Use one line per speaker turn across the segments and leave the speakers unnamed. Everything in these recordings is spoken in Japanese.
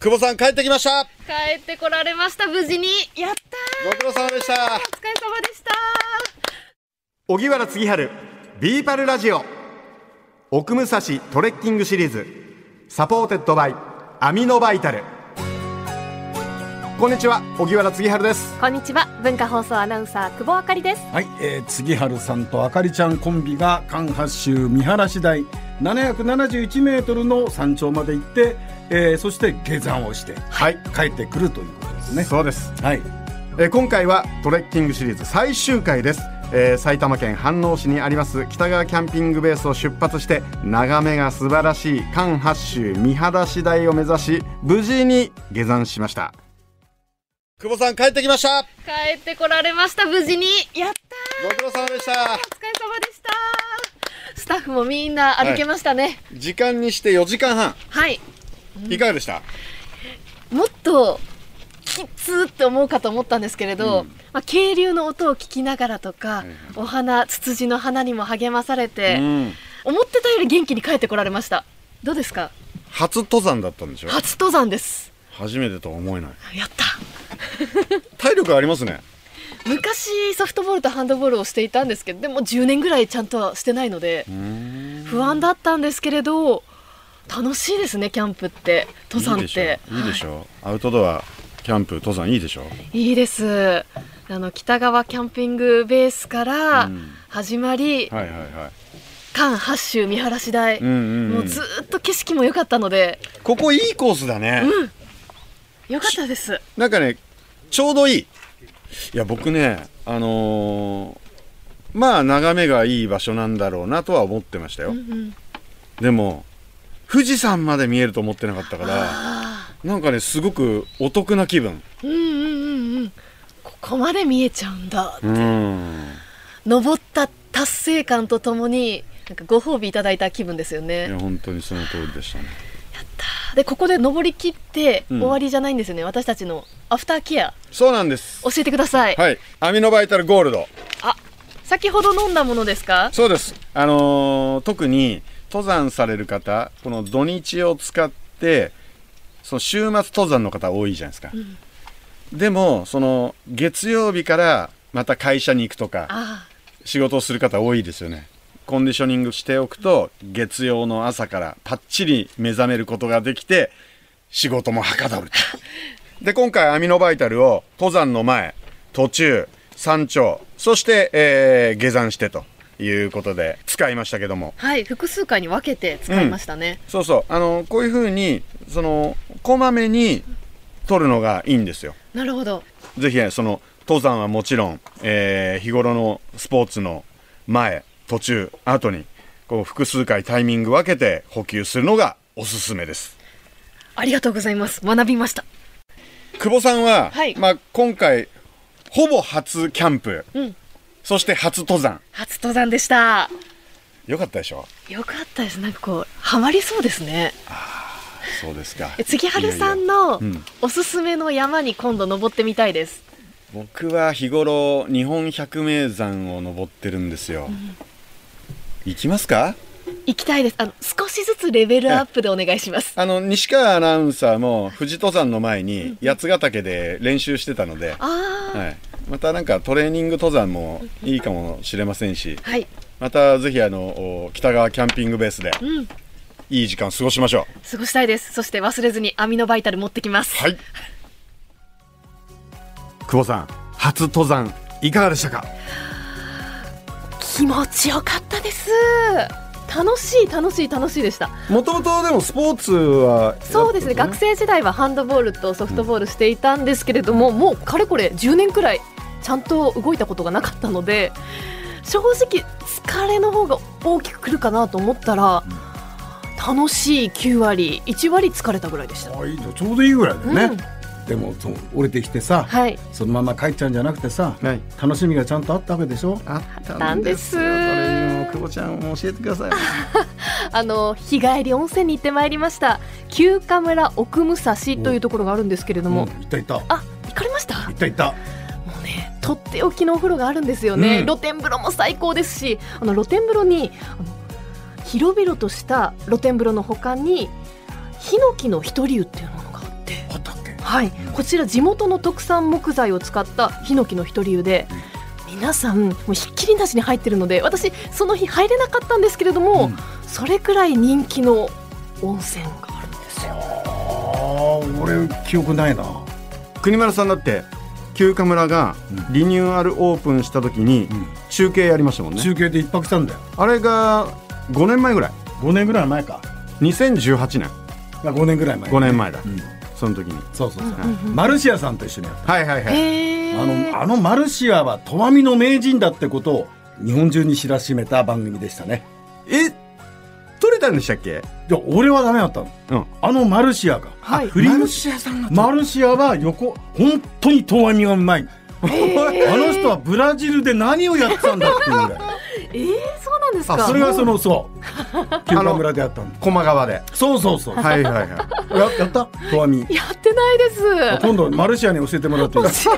久保さん帰ってきました
帰ってこられました無事にやった
ご苦労様でした
お疲れ様でした
小木原次春ビーパルラジオ奥武蔵トレッキングシリーズサポーテッドバイアミノバイタルこんにちは小木原次春です
こんにちは文化放送アナウンサー久保あかりです
はい、えー、杉春さんとあかりちゃんコンビが関八州見晴らし台771メートルの山頂まで行って、えー、そして下山をして
はい、
帰ってくるということですね。
そうです、
はい、
えー今回はトレッキングシリーズ最終回です、えー埼玉県飯能市にあります北川キャンピングベースを出発して眺めが素晴らしい関八州見晴し台を目指し無事に下山しました
久保さん帰ってきました
帰ってこられました無事にやった
ご苦労様でした
お疲れ様でしたスタッフもみんな歩けましたね
時間にして4時間半
はい、
いかがでした
もっときつって思うかと思ったんですけれど、まあ、渓流の音を聞きながらとか、お花ツツジの花にも励まされて、思ってたより元気に帰ってこられましたどうですか
初登山だったんでしょ
初登山です
初めてとは思えない
やった
体力ありますね
昔ソフトボールとハンドボールをしていたんですけどでも10年ぐらいちゃんとはしてないので不安だったんですけれど楽しいですねキャンプって登山って
いいでしょいいでしょ、アウトドアキャンプ登山いいでしょ
いいですあの北川キャンピングベースから
ん
始まり、
はいはいはい
関八州見晴らし台、
うんうんうん
もうずーっと景色も良かったので
ここいいコースだね、
良かったです
なんかねちょうどいいいや僕ねあのーまあ眺めがいい場所なんだろうなとは思ってましたよ、
ん
でも富士山まで見えると思ってなかったから
あ
なんかねすごくお得な気分
ーうんうんうんうんここまで見えちゃうんだ
うん
登った達成感とともになんかご褒美いただいた気分ですよ
いや
ね
本当にその通りでしたね
でここで登り切って
うん
終わりじゃないんですよね、私たちのアフターケア
そうなんです
教えてください、
はいアミノバイタルゴールド
あ先ほど飲んだものですか
そうです。あのー特に登山される方、この土日を使って、その週末登山の方多いじゃないですか。でも、その月曜日からまた会社に行くとか、
あ
仕事をする方多いですよね。コンディショニングしておくと、月曜の朝からパッチリ目覚めることができて、仕事もはかどると。で、今回アミノバイタルを登山の前、途中、山頂、そして、えー下山してということで使いましたけども。
あはい複数回に分けて使いましたね、
そうそう、あの、こういうふうに、その、こまめに取るのがいいんですよ。
なるほど
ぜひ、その、登山はもちろん、えー日頃のスポーツの前、途中、後に、こう、複数回タイミング分けて補給するのがおすすめです。
ありがとうございます学びました
久保さんは、
はい
まあ、今回ほぼ初キャンプ、
うん
そして初登山
初登山でした
よかったでしょ
よかったですなんかこうハマりそうですね
そうですか
え杉原さんの
いやいやうん
おすすめの山に今度登ってみたいです、
僕は日頃日本百名山を登ってるんですよ、行きますか
行きたいですあの少しずつレベルアップでお願いします
あの西川アナウンサーも富士登山の前に八ヶ岳で練習してたので、
ああ
はい、またなんかトレーニング登山もいいかもしれませんし
はい
またぜひあのお北川キャンピングベースで
うん
いい時間を過ごしましょう
過ごしたいですそして忘れずにアミノバイタル持ってきます
はい
久保さん初登山いかがでしたか
気持ちよかったです楽しい楽しい楽しいでした
もともとでもスポーツは
そうですね学生時代はハンドボールとソフトボールしていたんですけれども、もうかれこれ10年くらいちゃんと動いたことがなかったので正直疲れの方が大きくくるかなと思ったら、楽しい9割1割疲れたぐらいでした
あいいとちょうどいいぐらいだよね。でもその降りてきてさ、
はい
そのまま帰っちゃうんじゃなくてさ、
はい
楽しみがちゃんとあったわけでしょ。
あっよ
あ
そ
ったんです
れもう久保ちゃんも教えてください
あの日帰り温泉に行ってまいりました休暇村奥武蔵というところがあるんですけれども、
うん行った行った行
あ行かれました
った行った。
もうね、とっておきのお風呂があるんですよね、
うん
露天風呂も最高ですし、あの露天風呂にあの広々とした露天風呂の他に、ヒノキの一り湯っていうものがあっって
あったっけ
はい、こちら地元の特産木材を使ったヒノキの一り湯で、皆さんもうひっきりなしに入ってるので私その日入れなかったんですけれども、それくらい人気の温泉があるんですよ
ああ俺記憶ないな
国丸さんだって休暇村がリニューアルオープンした時に中継やりましたもんね、
中継で一泊したんだよ
あれが5年前ぐらい
5年ぐらい前か
2018年
あ5年ぐらい前
5年前だ、
ん
その時に
そうそうそう、
うん
マルシアさんと一緒にやった
はいはいはい
へえ
あのあのマルシアはとわみの名人だってことを日本中に知らしめた番組でしたね
え取れたんでしたっけ
で俺はダメだったの
うん
あのマルシアが、
はい
あ振り向き
シアさん
マルシアは横本当にとわみがうまいあの人はブラジルで何をやってたんだっていうぐらい
えー、そうなんですか
それがそのそう休暇村でやったんだ
駒川で
そうそうそう、
はいはいはい
ややったとわみ
やってないです
今度マルシアに教えてもらっていい ですか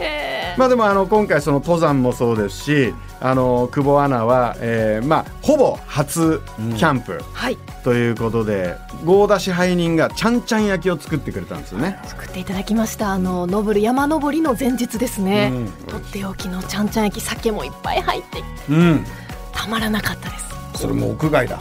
え
まあでもあの今回その登山もそうですしあの久保アナは、えーまあ、ほぼ初キャンプ
ー、はい
ということで、合田支配人がちゃんちゃん焼きを作ってくれたんですよね
作っていただきましたあの登る山登りの前日ですね、
うん
とっておきのちゃんちゃん焼き酒もいっぱい入っていて
うん
たまらなかったです
それも屋外だ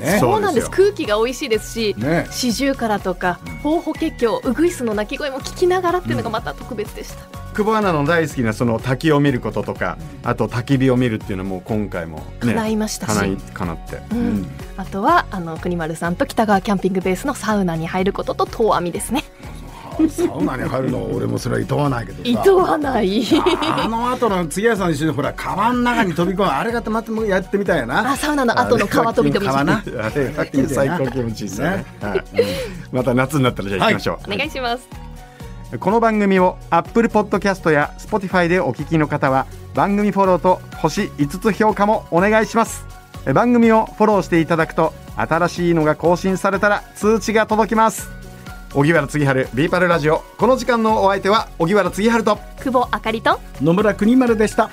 ね
そう
そうなんで
ですす
空気が美味しいですし
ね
シジュウカラとかホウホケキョウウグイスの鳴き声も聞きながらっていうのがまた特別でした、
久保アナの大好きなその滝を見ることとかあと焚き火を見るっていうのも今回もね
叶いましたし
叶いかなって
うんあとはあの国丸さんと北川キャンピングベースのサウナに入ることと遠網ですね
サウナに入るの俺もそれはいとわないけど
い
さ
とわない
あの後の杉谷さんと一緒にほら川の中に飛び込むあれがまたもうやってみたいな
あサウナの後の川飛び飛び
川な
あれが最高気持ちいいですよねはいうんまた夏になったらじゃあ行きましょう、
お願いします
この番組を Apple Podcast や Spotify でお聞きの方は番組フォローと星5つ評価もお願いしますえ番組をフォローしていただくと新しいのが更新されたら通知が届きます荻原次春ビーパルラジオこの時間のお相手は荻原次春と
久保あかりと
野村国丸でした